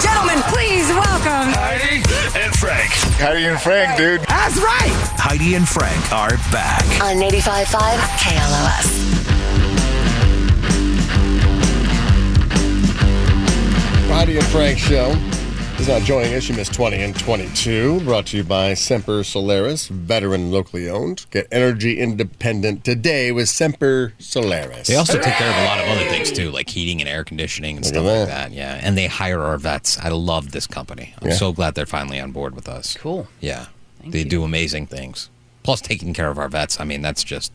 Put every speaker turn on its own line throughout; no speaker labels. gentlemen, please welcome.
Heidi and Frank.
Heidi and Frank, dude.
That's right.
Heidi and Frank are back.
on 85.5 KLOS.
Heidi and Frank show is not joining us. You missed 20 and 22. Brought to you by Semper Solaris, veteran locally owned. Get energy independent today with Semper Solaris.
They also take care of a lot of other things too, like heating and air conditioning and
Look
stuff
at
like
that.
that. Yeah, and they hire our vets. I love this company. I'm
Yeah.
so glad they're finally on board with us.
Cool.
Yeah, they do amazing things. Plus, taking care of our vets. I mean, that's just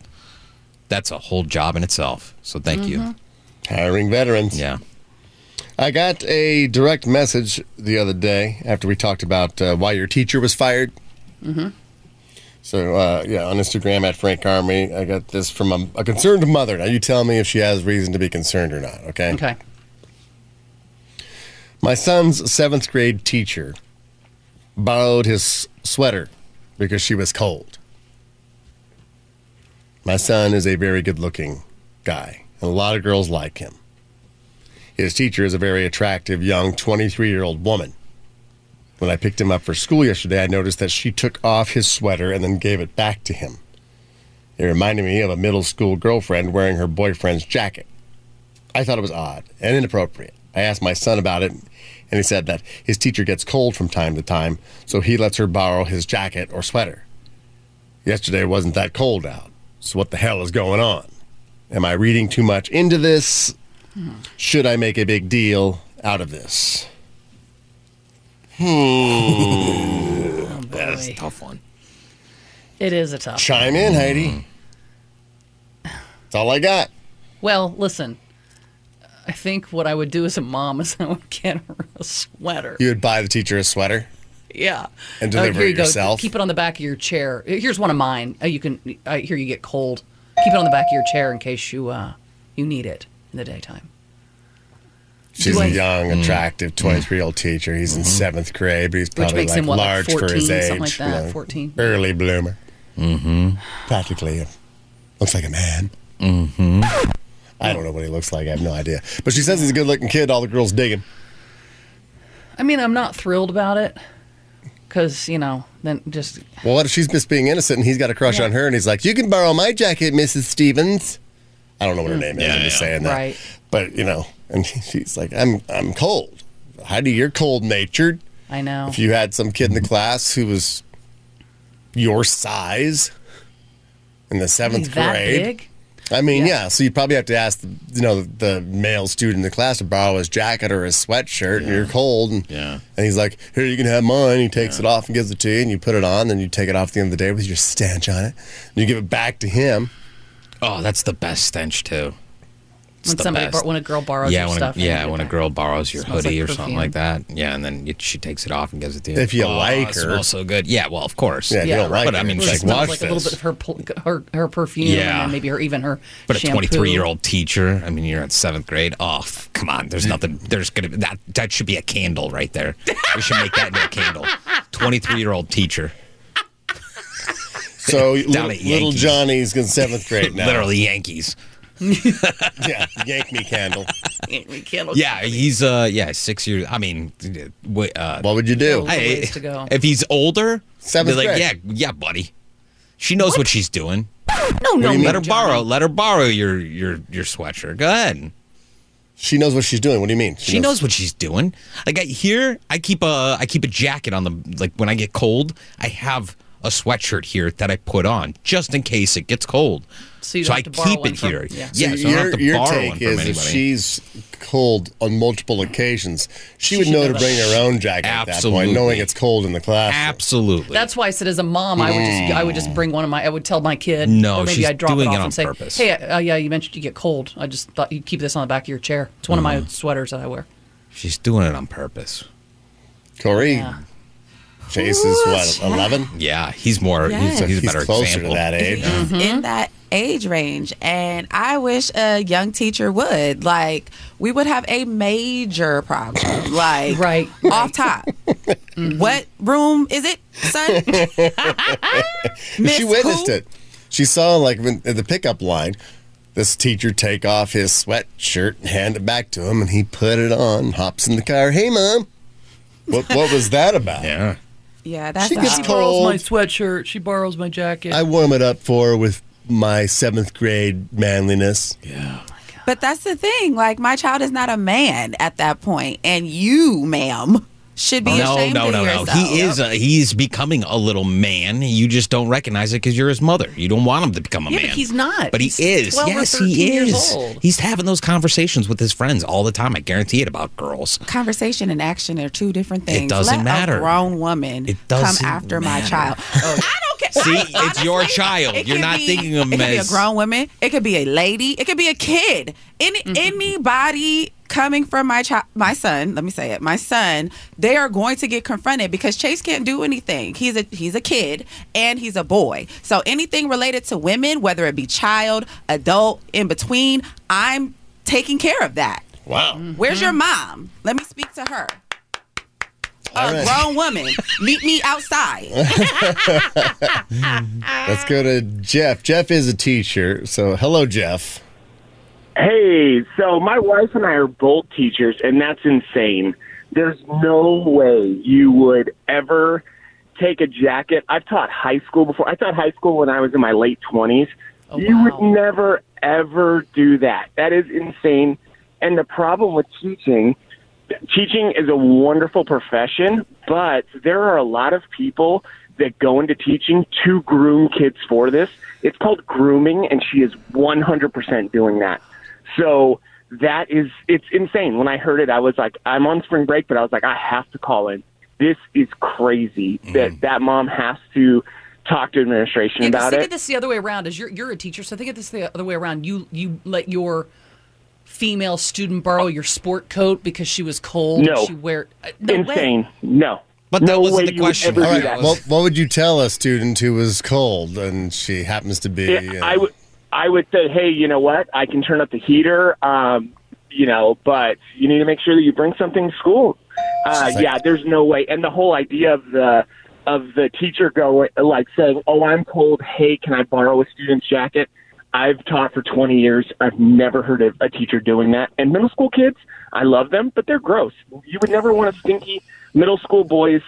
that's a whole job in itself. So thank you.
Mm-hmm.
Hiring veterans.
Yeah.
I got a direct message the other day after we talked about uh, why your teacher was fired. Mm-hmm. So, uh, yeah, on Instagram at Frank Army, I got this from a, a concerned mother. Now, you tell me if she has reason to be concerned or not, okay?
Okay.
My son's seventh grade teacher borrowed his sweater because she was cold. My son is a very good looking guy, and a lot of girls like him. His teacher is a very attractive young 23 year old woman. When I picked him up for school yesterday, I noticed that she took off his sweater and then gave it back to him. It reminded me of a middle school girlfriend wearing her boyfriend's jacket. I thought it was odd and inappropriate. I asked my son about it, and he said that his teacher gets cold from time to time, so he lets her borrow his jacket or sweater. Yesterday wasn't that cold out, so what the hell is going on? Am I reading too much into this? Should I make a big deal out of this?
That's a
Oh, Boy.
tough one.
It is a tough.
Chime in,
Mm.
Heidi. That's all I got.
Well, listen. I think what I would do as a mom is I would get her a sweater.
You would buy the teacher a sweater.
Yeah.
And
Oh,
deliver
here
it
you go.
yourself?
Keep it on the back of your chair. Here's one of mine. Uh, you can. I hear you get cold. Keep it on the back of your chair in case you uh, you need it in the daytime.
She's
Do I-
a young, attractive, 23 year old teacher. He's in seventh grade, but he's probably
Mm. Mm-hmm. makes
like
him, what, like
large for his
14,
age.
something like
you
that,
know,
14.
Early bloomer. Mm-hmm. Practically a, looks like a man. Mm-hmm. I don't know what he looks like. I have no idea. But she says he's a good looking kid. All the girls dig him.
I mean, I'm not thrilled about it because you know then just
Well, what if she's just being innocent and he's got a crush on her and he's like, You can borrow my jacket, Mrs. Stevens. I don't know what her name is. I'm just
yeah.
saying that.
Hmm. Right.
But, you know, and she's like, I'm, I'm cold. Heidi, you're cold natured.
I know.
if you had some kid in the class who was your size in the
Be
seventh
that
grade.
big.
I mean, yeah. So you'd probably have to ask, the, you know, the male student in the class to borrow his jacket or his sweatshirt, and you're cold, and
Yeah.
and he's like, "Here, you can have mine." He takes it off and gives it to you, and you put it on, then you take it off at the end of the day with your stench on it, and you give it back to him.
Oh, that's the best stench too. It's
When
the
somebody
best.
bor- when a girl borrows
yeah,
your
when
stuff
A,
and
yeah,
you
when
get
a
that.
girl borrows your
Smells
hoodie
like
or something
perfume.
like that. Yeah, and then you, she takes it off and gives it to you.
If you
oh,
like
it
her.
smells so good. Yeah, well, of course.
Yeah, if you
Yeah,
don't
right.
like
But,
it.
I mean,
you're
Or it
like,
just
smells
wash
like
this.
a little bit of her pl- her, her perfume
Yeah.
and then maybe her even her
But a
shampoo.
23 year old teacher, I mean, you're in seventh grade. Oh, f- come on. There's nothing. There's going to be that. That should be a candle right there. We should make that into a candle. 23 year old teacher.
So little,
at
little
Yankees.
Johnny's in seventh grade now.
Literally Yankees.
yeah. Yank me candle.
We can't-
Yeah, he's, uh, yeah, six years. I mean, wait, uh,
What would you do?
Little ways to go.
if he's older,
Seventh
be like,
grade.
yeah, yeah, buddy. She knows what, she's doing.
No, no,
let
no,
her borrow. Let her borrow your your your sweatshirt. Go ahead.
She knows what she's doing. What do you mean?
She knows what she's doing. Like I, here, I keep a I keep a jacket on the like when I get cold, I have a sweatshirt here that I put on just in case it gets cold.
So you don't
so
have
I
to borrow
keep
one
it
from-
here.
yeah.
Yeah,
So
so I don't have to borrow one from
if
anybody.
she's cold on multiple occasions, she, would
should
know to
never-
bring her own jacket at that
Absolutely.
point, knowing it's cold in the class.
Absolutely.
That's why I said, as a mom, I would just I would just bring one of my. I would tell my kid.
Oh. No,
or maybe
she's
I'd drop
doing
it
it
off
on
and say,
purpose.
"Hey, uh, yeah, you mentioned you get cold. I just thought you'd keep this on the back of your chair. It's one of my
Mm.
sweaters that I wear."
she's doing it on purpase.
Corey
Yeah.
chases what eleven.
Yeah, he's more. He's,
Yes.
he's a
He's
better
closer
example.
to that age.
He's
Mm-hmm.
in that age range. And I wish a young teacher would. Like, we would have a major problem. Like,
Right,
off top.
Mm-hmm.
What room is it, son? Miss
she witnessed
who?
it. She saw like when, at the pickup line, this teacher take off his sweatshirt and hand it back to him, and he put it on, hops in the car. Hey, mom. What, what was that about?
Yeah.
Yeah, that's
She gets
odd.
called-
borrows my
Cold.
sweatshirt. She borrows my jacket.
I warm it up for her with my seventh grade manliness.
But that's the thing. Like my child is not a man at that point, and you, ma'am, should be
No,
ashamed
no,
of
no, no.
yourself.
He is a, he's becoming a little man. You just don't recognize it because you're his mother. You don't want him to become a
Yeah,
man.
but he's not.
But he
He's
is.
12 or
Yes,
13
he
years
is.
old.
He's having those conversations with his friends all the time. I guarantee it about girls.
Conversation and action are two different things.
doesn't
Let
matter.
A grown woman
It doesn't
come after my
matter.
child. I don't care.
See,
Like,
it's your child.
it
You're
could
not
be-
thinking of
It could be a
as-
grown woman. It could be a lady. It could be a kid. Any
Mm-hmm.
anybody coming from my child, my son. Let me say it. My son. They are going to get confronted because Chase can't do anything. He's a he's a kid and he's a boy. So anything related to women, whether it be child, adult, in between, I'm taking care of that.
Wow.
Where's your
Mm-hmm.
mom? Let me speak to her.
All
A
right.
grown woman, meet me outside.
Let's go to Jeff. Jeff is a teacher. So, hello, Jeff.
Hey, so my wife and I are both teachers, and that's insane. There's no way you would ever take a jacket. I've taught high school before. I taught high school when I was in my late 20s. you would
wow.
never, ever do that. That is insane. And the problem with teaching, teaching is a wonderful profession, but there are a lot of people that go into teaching to groom kids for this. It's called grooming, and she is 100% doing that. So that is, it's insane. When I heard it, I was like, I'm on spring break, but I was like, I have to call in. This is crazy
Mm-hmm.
that that mom has to talk to administration
Yeah, 'cause
about
think
it.
of this the other way around. Is you're you're a teacher, so think of this the other way around. You you let your female student borrow your sport coat because she was cold.
No.
she wear uh, no way.
insane. No.
But that
No
wasn't
way
the
you would
question.
ever
All
do
right.
that.
was-
Well, what would you tell a student who was cold and she happens to be?
Yeah,
uh,
I would I would say, hey, you know what? I can turn up the heater, um, you know, but you need to make sure that you bring something to school. Uh,
like-
yeah, there's no way. And the whole idea of the of the teacher going like saying, "Oh, I'm cold. Hey, can I borrow a student's jacket?" I've taught for 20 years. I've never heard of a teacher doing that. And middle school kids, I love them, but they're gross. You would never want a stinky middle school boy's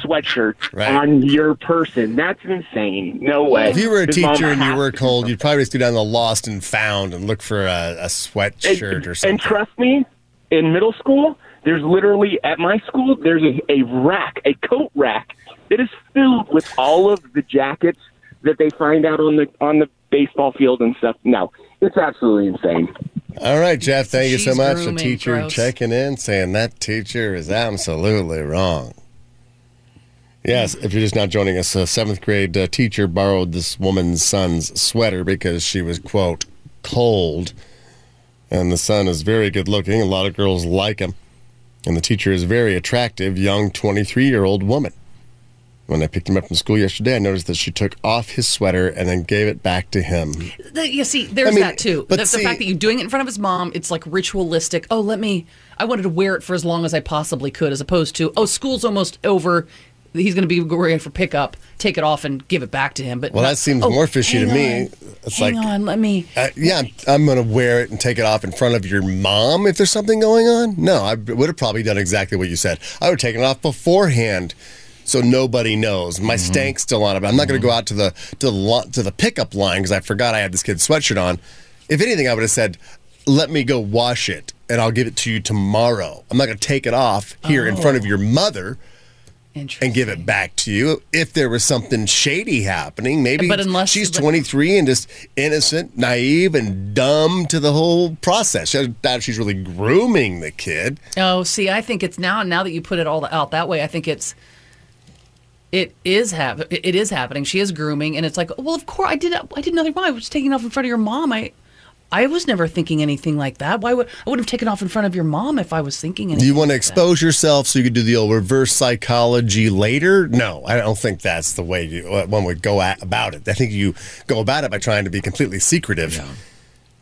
sweatshirt
Right.
on your person. That's insane. No way.
If you were a
His mom
teacher and you
has
were
to do
cold,
something.
you'd probably just go down the lost and found and look for a, a sweatshirt
and,
or something.
And trust me, in middle school, there's literally at my school there's a, a rack, a coat rack that is filled with all of the jackets that they find out on the on the baseball field and stuff. No, it's absolutely insane.
All right, Jeff. Thank you so
She's
much.
grooming,
a teacher
gross.
checking in saying that teacher is absolutely wrong. Yes, if you're just not joining us, a seventh grade uh, teacher borrowed this woman's son's sweater because she was, quote, cold. And the son is very good looking. A lot of girls like him. And the teacher is a very attractive, young 23 year old woman. When I picked him up from school yesterday, I noticed that she took off his sweater and then gave it back to him.
The- you see, there's
mean,
that too.
but
the,
see-
the fact that you're doing it in front of his mom, it's like ritualistic. Oh, let me. I wanted to wear it for as long as I possibly could, as opposed to oh, school's almost over. He's going to be ready for pickup. Take it off and give it back to him. But
Well,
not-
that seems
oh,
more fishy to
hang
me.
on.
It's
hang
like-
on, let me.
Uh, yeah, I'm, I'm going to wear it and take it off in front of your mom if there's something going on. No, I would have probably done exactly what you said. I would have taken it off beforehand so nobody knows. My stank's still on it, but I'm not going to go out to the to the lo- to the pickup line because I forgot I had this kid's sweatshirt on. If anything, I would have said, "Let me go wash it and I'll give it to you tomorrow." I'm not going to take it off here in front of your mother
Interesting.
and give it back to you if there was something shady happening. Maybe
But unless-
she's 23 and just innocent, naive, and dumb to the whole process. She doesn't doubt she's really grooming the kid.
Oh, see, I think it's now. Now that you put it all out that way, I think it's it is hap- it is happening. She is grooming, and it's like, well, of course, I did I did nothing wrong. I was taking it off in front of your mom. I I was never thinking anything like that. Why would I would have taken off in front of your mom if I was thinking anything?
You want to
like that.
expose yourself so you could do the old reverse psychology later? No, I don't think that's the way you, uh, one would go at, about it. I think you go about it by trying to be completely secretive.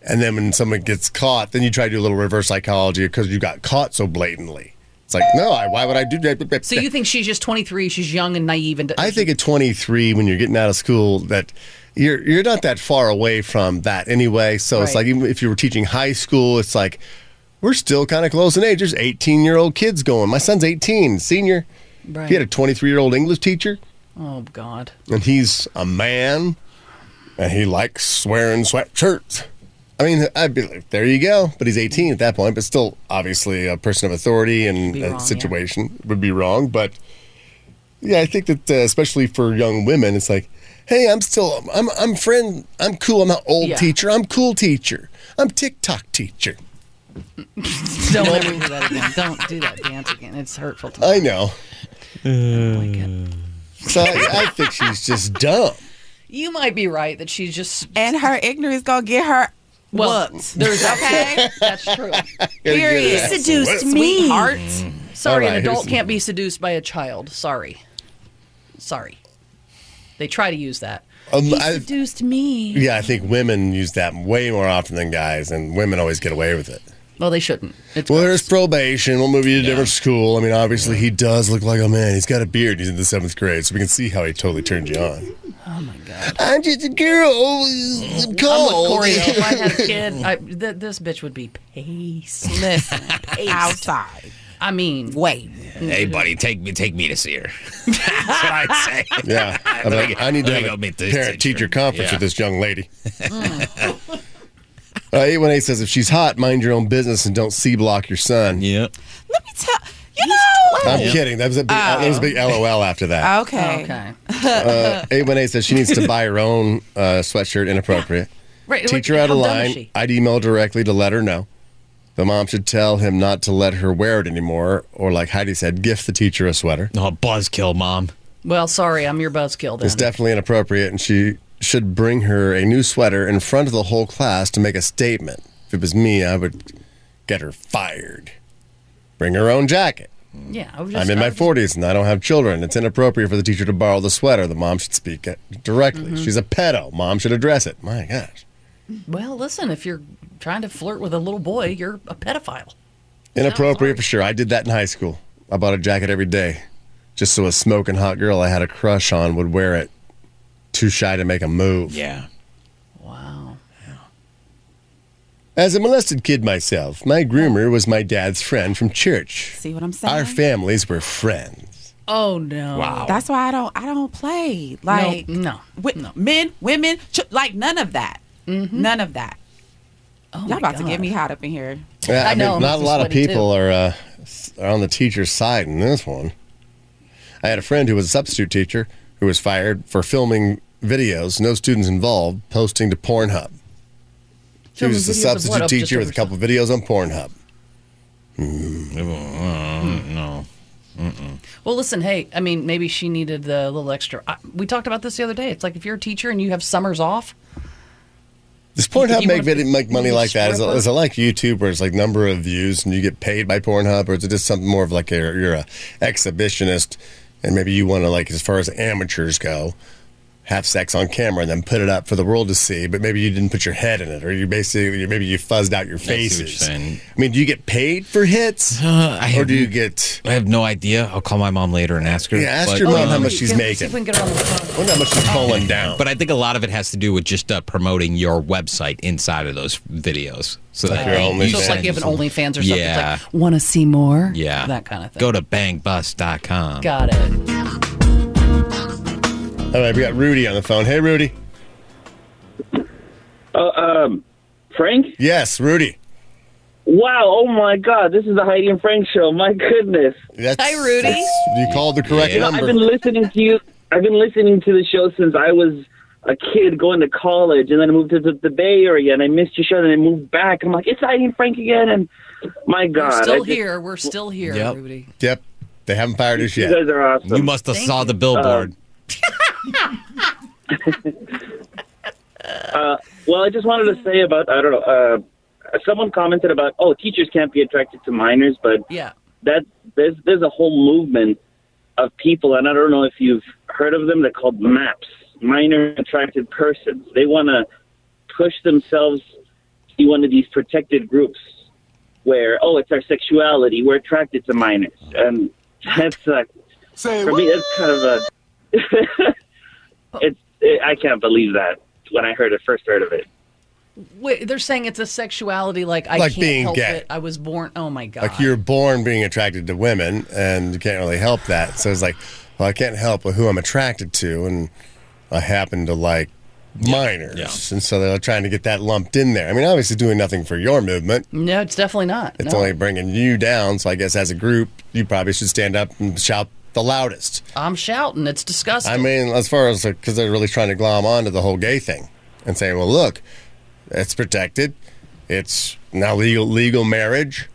And then when someone gets caught, then you try to do a little reverse psychology because you got caught so blatantly. It's like, no, I, why would I do that?
So you think she's just twenty three? She's young and naive, and
I think at 23, when you're getting out of school, that you're you're not that far away from that anyway. So it's
Right.
like even if you were teaching high school, it's like, we're still kind of close in age. There's 18 year old kids going. My son's 18, senior.
Right.
He had a 23 year old English teacher,
oh God.
and he's a man, and he likes wearing sweatshirts. I mean, I'd be like, there you go. But he's 18 at that point, but still, obviously, a person of authority and
Be
a
wrong, yeah.
situation would be wrong. But yeah, I think that uh, especially for young women, it's like, hey, I'm still, I'm, I'm friend, I'm cool. I'm not old
Yeah.
teacher. I'm cool teacher. I'm TikTok teacher.
Don't ever do that again. Don't do that dance again. It's hurtful to me.
I know.
like it.
So I, I think she's just dumb.
You might be right that she's just
And her ignorance gonna get her
well.
whooped.
There's
Okay?
that's true.
Period.
Seduced
What?
me.
Art.
Sorry,
Mm. All right,
an adult
here's-
can't be seduced by a child. Sorry. Sorry. They try to use that.
Um,
He
I,
seduced me.
yeah, I think women use that way more often than guys, and women always get away with it.
Well, they shouldn't. It's
Well,
gross.
there's probation. We'll move you to a different school. I mean, obviously, he does look like a man. He's got a beard. He's in the seventh grade, so we can see how he totally turned you on.
oh my god.
I'm just a girl. I'm
I'm with
cold.
Corey. though. If I had a kid, I, th- this bitch would be paced.
Listen, outside.
I mean,
Wait.
Mm-hmm.
Hey, buddy, take me, take me to see her. That's what I'd say.
yeah, I'm
Let me
like,
go-
I need to
let me
have
go
a
meet this
parent-teacher
teacher.
conference
Yeah.
with this young lady. uh, 818 says, if she's hot, mind your own business and don't C-block your son.
Yeah.
Let me tell you know.
I'm kidding. That was a big, that was a big LOL after that.
Okay.
okay.
Uh, A1A says she needs to buy her own uh, sweatshirt inappropriate.
Right. like,
Teacher out of
how dumb is
line.
she?
I'd email directly to let her know. The mom should tell him not to let her wear it anymore, or like Heidi said, gift the teacher a sweater.
Oh, buzzkill, mom.
Well, sorry, I'm your buzzkill then.
It's definitely inappropriate, and she should bring her a new sweater in front of the whole class to make a statement. If it was me, I would get her fired. Bring her own jacket.
yeah, I was just,
I'm in
I
my
was
40s and I don't have children. It's inappropriate for the teacher to borrow the sweater. The mom should speak it directly. She's a pedo. Mom should address it. My gosh.
just- Well, listen, if you're trying to flirt with a little boy, you're a pedophile.
Inappropriate for sure. I did that in high school. I bought a jacket every day just so a smoking hot girl I had a crush on would wear it. Too shy to make a move.
Yeah.
Wow.
As a molested kid myself, my groomer was my dad's friend from church.
See what I'm saying?
Our families were friends.
Oh no.
Wow.
That's why I don't I don't play
No,
like
no. Mm-hmm.
wi- men, women, ch- like none of that. None of that.
Oh,
Y'all
my
about to
God.
get me hot up in here.
Yeah,
I know, I'm
not a lot of
sweaty, too.
people are, uh, s- are on the teacher's side in this one. I had a friend who was a substitute teacher who was fired for filming videos, no students involved, posting to Pornhub. She
Filming
was a
videos of
substitute
what? Of just
teacher
of
with a couple videos on Pornhub.
No.
Well, listen, hey, I mean, maybe she needed the little extra. I, we talked about this the other day. It's like if you're a teacher and you have summers off,
Does Pornhub
you
make,
wanna
video,
be-
make money
be a
like that? Is it,
stripper?
is it like YouTube where it's like number of views and you get paid by Pornhub or is it just something more of like a, you're a exhibitionist and maybe you want to like, as far as amateurs go, have sex on camera and then put it up for the world to see, but maybe you didn't put your head in it or you basically, maybe you fuzzed out your
see what you're
faces.
saying.
I mean, do you get paid for hits
Uh, I
or
have,
do you get,
I have no idea. I'll call my mom later and ask her.
yeah, ask
but,
your mom
um,
how much
Wait,
she's
can- See
making.
if we can get her on the phone.
I wonder how much she's pulling down.
But I think a lot of it has to do with just uh, promoting your website inside of those videos. So
Like
that
your
you
OnlyFans.
So it's like
send
you have an
some-
OnlyFans or something.
Yeah.
It's like, want to see more?
Yeah.
That kind of thing.
Go to bangbus.com.
Got it.
All right, we got Rudy on the phone. Hey, Rudy.
Frank?
Yes, Rudy.
Wow, oh my god, this is the Heidi and Frank show. My goodness.
That's,
Hi, Rudy.
that's- You called the correct
Yeah.
I've
number.
been listening to you I've been listening to the show since I was a kid going to college and then I moved to the, the Bay Area and I missed your show and I moved back. I'm like, it's Heidi and Frank again and my god.
We're
I
still
just-
here. We're still here,
Yep.
Rudy.
Yep. They haven't fired us
You
yet.
guys are awesome.
You must have
Thank
saw
you.
the
Uh,
billboard.
Well, I just wanted to say about I don't know. Uh, someone commented about oh, teachers can't be attracted to minors, but
Yeah.
that there's there's a whole movement of people, and I don't know if you've heard of them. They're called MAPS, minor attracted persons. They want to push themselves to be one of these protected groups where oh, it's our sexuality. We're attracted to minors, and that's uh, for me. That's kind of a it's. It, I can't believe that when I heard it first heard of it.
Wait, they're saying it's a sexuality like I
Like
can't
being
help
gay.
it. I was born. Oh my god.
Like you're born being attracted to women, and you can't really help that. So it's like, well, I can't help who I'm attracted to, and I happen to like minors,
yeah.
and so they're trying to get that lumped in there. I mean, obviously, doing nothing for your movement.
no, it's definitely not.
It's
No.
only bringing you down. So I guess as a group, you probably should stand up and shout the loudest.
I'm shouting. It's disgusting.
I mean, as far as because they're really trying to glom onto the whole gay thing and say, well, look, it's protected. It's now legal legal marriage.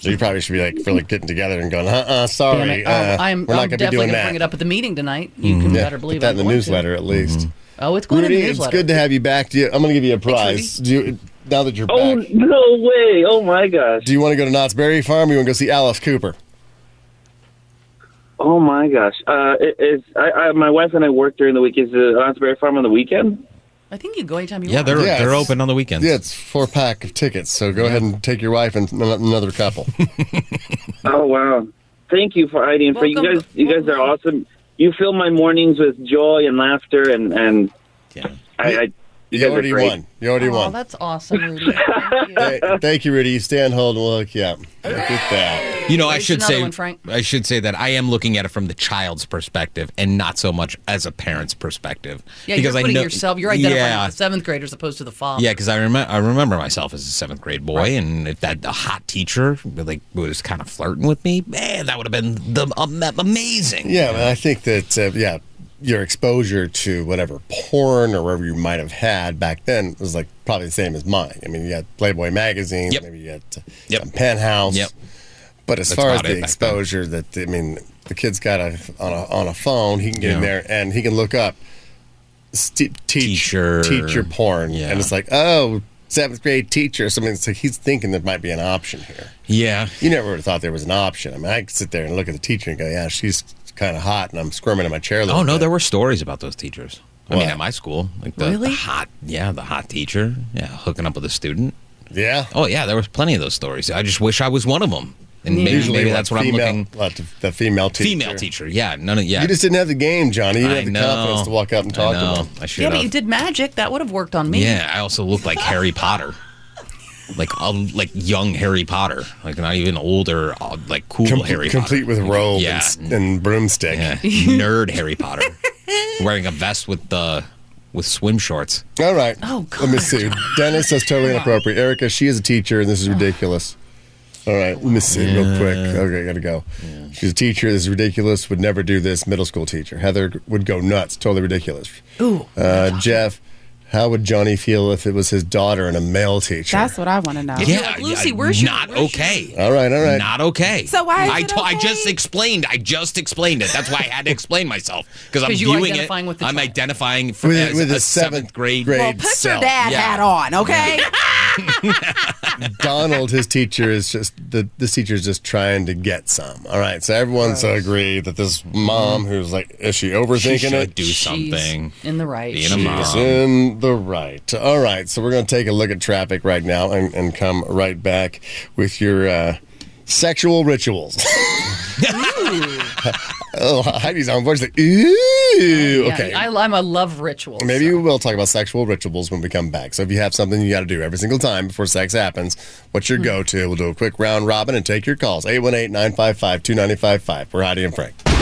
So you probably should be like really getting together and going, uh, uh
Damn
sorry,
it.
uh,
oh, I'm,
we're not going
I'm
to be
definitely
doing
gonna
that. Mm-hmm.
bring it up at the meeting tonight. You can
Yeah,
better believe
put that
I'm
in the
going to.
newsletter at least.
Oh, it's going
Rudy,
in the
it's
newsletter.
good to have you back. Do you, I'm going to give you a prize. Do you, now that you're
Oh
back,
no way! Oh my gosh!
do you want to go to Knott's Berry Farm? Or you want to go see Alice Cooper?
Oh my gosh! Uh, it, it's I, I, my wife and I work during the week. Is the Lansbury Farm on the weekend?
I think you can go anytime you
Yeah,
want.
they're
Yeah,
they're
it's-
open on the weekends.
Yeah, it's four pack of tickets. So go ahead and take your wife and an- another couple.
Oh wow! Thank you for Heidi and for you
Welcome.
guys. You guys are awesome. You fill my mornings with joy and laughter, and and
Yeah.
I, I you
You
guys are
already
great.
won. You already
Oh,
won.
that's awesome, Rudy. Thank you.
Hey, Thank you, Rudy. You stay on hold and we'll hook you up. Look at that.
You know, I
Raise
should
another
say
one, Frank.
I should say that I am looking at it from the child's perspective and not so much as a parent's perspective.
Yeah, you're putting
know-
yourself. You're identifying
Yeah,
with the seventh grader as opposed to the father.
Yeah, because I remember I remember myself as a seventh grade boy, and if that a hot teacher like was kind of flirting with me, man, that would have been the um, amazing.
Yeah, but I think that, uh, yeah, your exposure to whatever porn or whatever you might have had back then was like probably the same as mine. I mean, you had Playboy magazine,
Yep.
maybe you had uh,
Yep.
some Penthouse.
Yep.
But as
That's
far as
about it
the
back then.
exposure that, I mean, the kid's got a on a, on a phone, he can get in
Yeah.
there and he can look up st- teach,
Teacher.
teacher porn.
Yeah.
And it's like, oh, seventh grade teacher. So, I mean, it's like he's thinking there might be an option here.
yeah,
You never would have thought there was an option. I mean, I could sit there and look at the teacher and go, yeah, she's kind of hot, and I'm squirming in my chair. A little
Oh no,
bit.
there were stories about those teachers. I
What?
mean, at my school, like the,
Really?
the hot, yeah, the hot teacher, yeah, hooking up with a student.
Yeah.
Oh yeah, there was plenty of those stories. I just wish I was one of them, and maybe,
Usually,
maybe
what,
that's what
female,
I'm looking.
what, the female teacher.
Female teacher, yeah, none of yeah.
You just didn't have the game, Johnny. You
I
didn't have the
know.
confidence to walk up and talk
I know.
to them.
I should
Yeah,
have.
but you did magic. That would have worked on me.
Yeah, I also look like Harry Potter. Like a, like young Harry Potter, like not even older, uh, like cool
Com-
Harry
complete
Potter.
with robe
Yeah.
and, s- and broomstick.
yeah, nerd Harry Potter, wearing a vest with the with swim shorts.
All right.
Oh,
Let me
God.
see. Dennis, that's totally inappropriate. Erica, she is a teacher, and this is ridiculous. All right. Let me see real quick. Okay, I got to go. She's a teacher. This is ridiculous. Would never do this. Middle school teacher. Heather would go nuts. Totally ridiculous.
Ooh.
Uh, Jeff, how would Johnny feel if it was his daughter and a male teacher?
That's what I want to know.
Yeah. You're like, Lucy, where's your-
not
where's your-
okay.
all right, all right.
Not okay.
So why is
I
it
to- I
okay?
just explained. I just explained it. That's why I had to explain myself because I'm
'Cause you were
viewing
identifying
it.
with the
I'm
child.
identifying for,
with,
as
with
a
his seventh grade,
Well, put your
self.
dad
Yeah.
hat on, okay?
Donald, his teacher is just the this teacher is just trying to get some. All right, so everyone's agreed that this mom who's like, is she
She
overthinking
should
it?
do something.
She's in the right.
Being a
She-
mom.
She's in the right. All right, so we're going to take a look at traffic right now and, and come right back with your uh, sexual rituals. oh, Heidi's on voice like, ooh,
yeah,
okay.
I, I'm a love ritual.
Maybe we will talk about sexual rituals when we come back. So if you have something you got to do every single time before sex happens, what's
Hmm.
your go to? We'll do a quick round robin and take your calls. 818 955 2955. We're Heidi and Frank.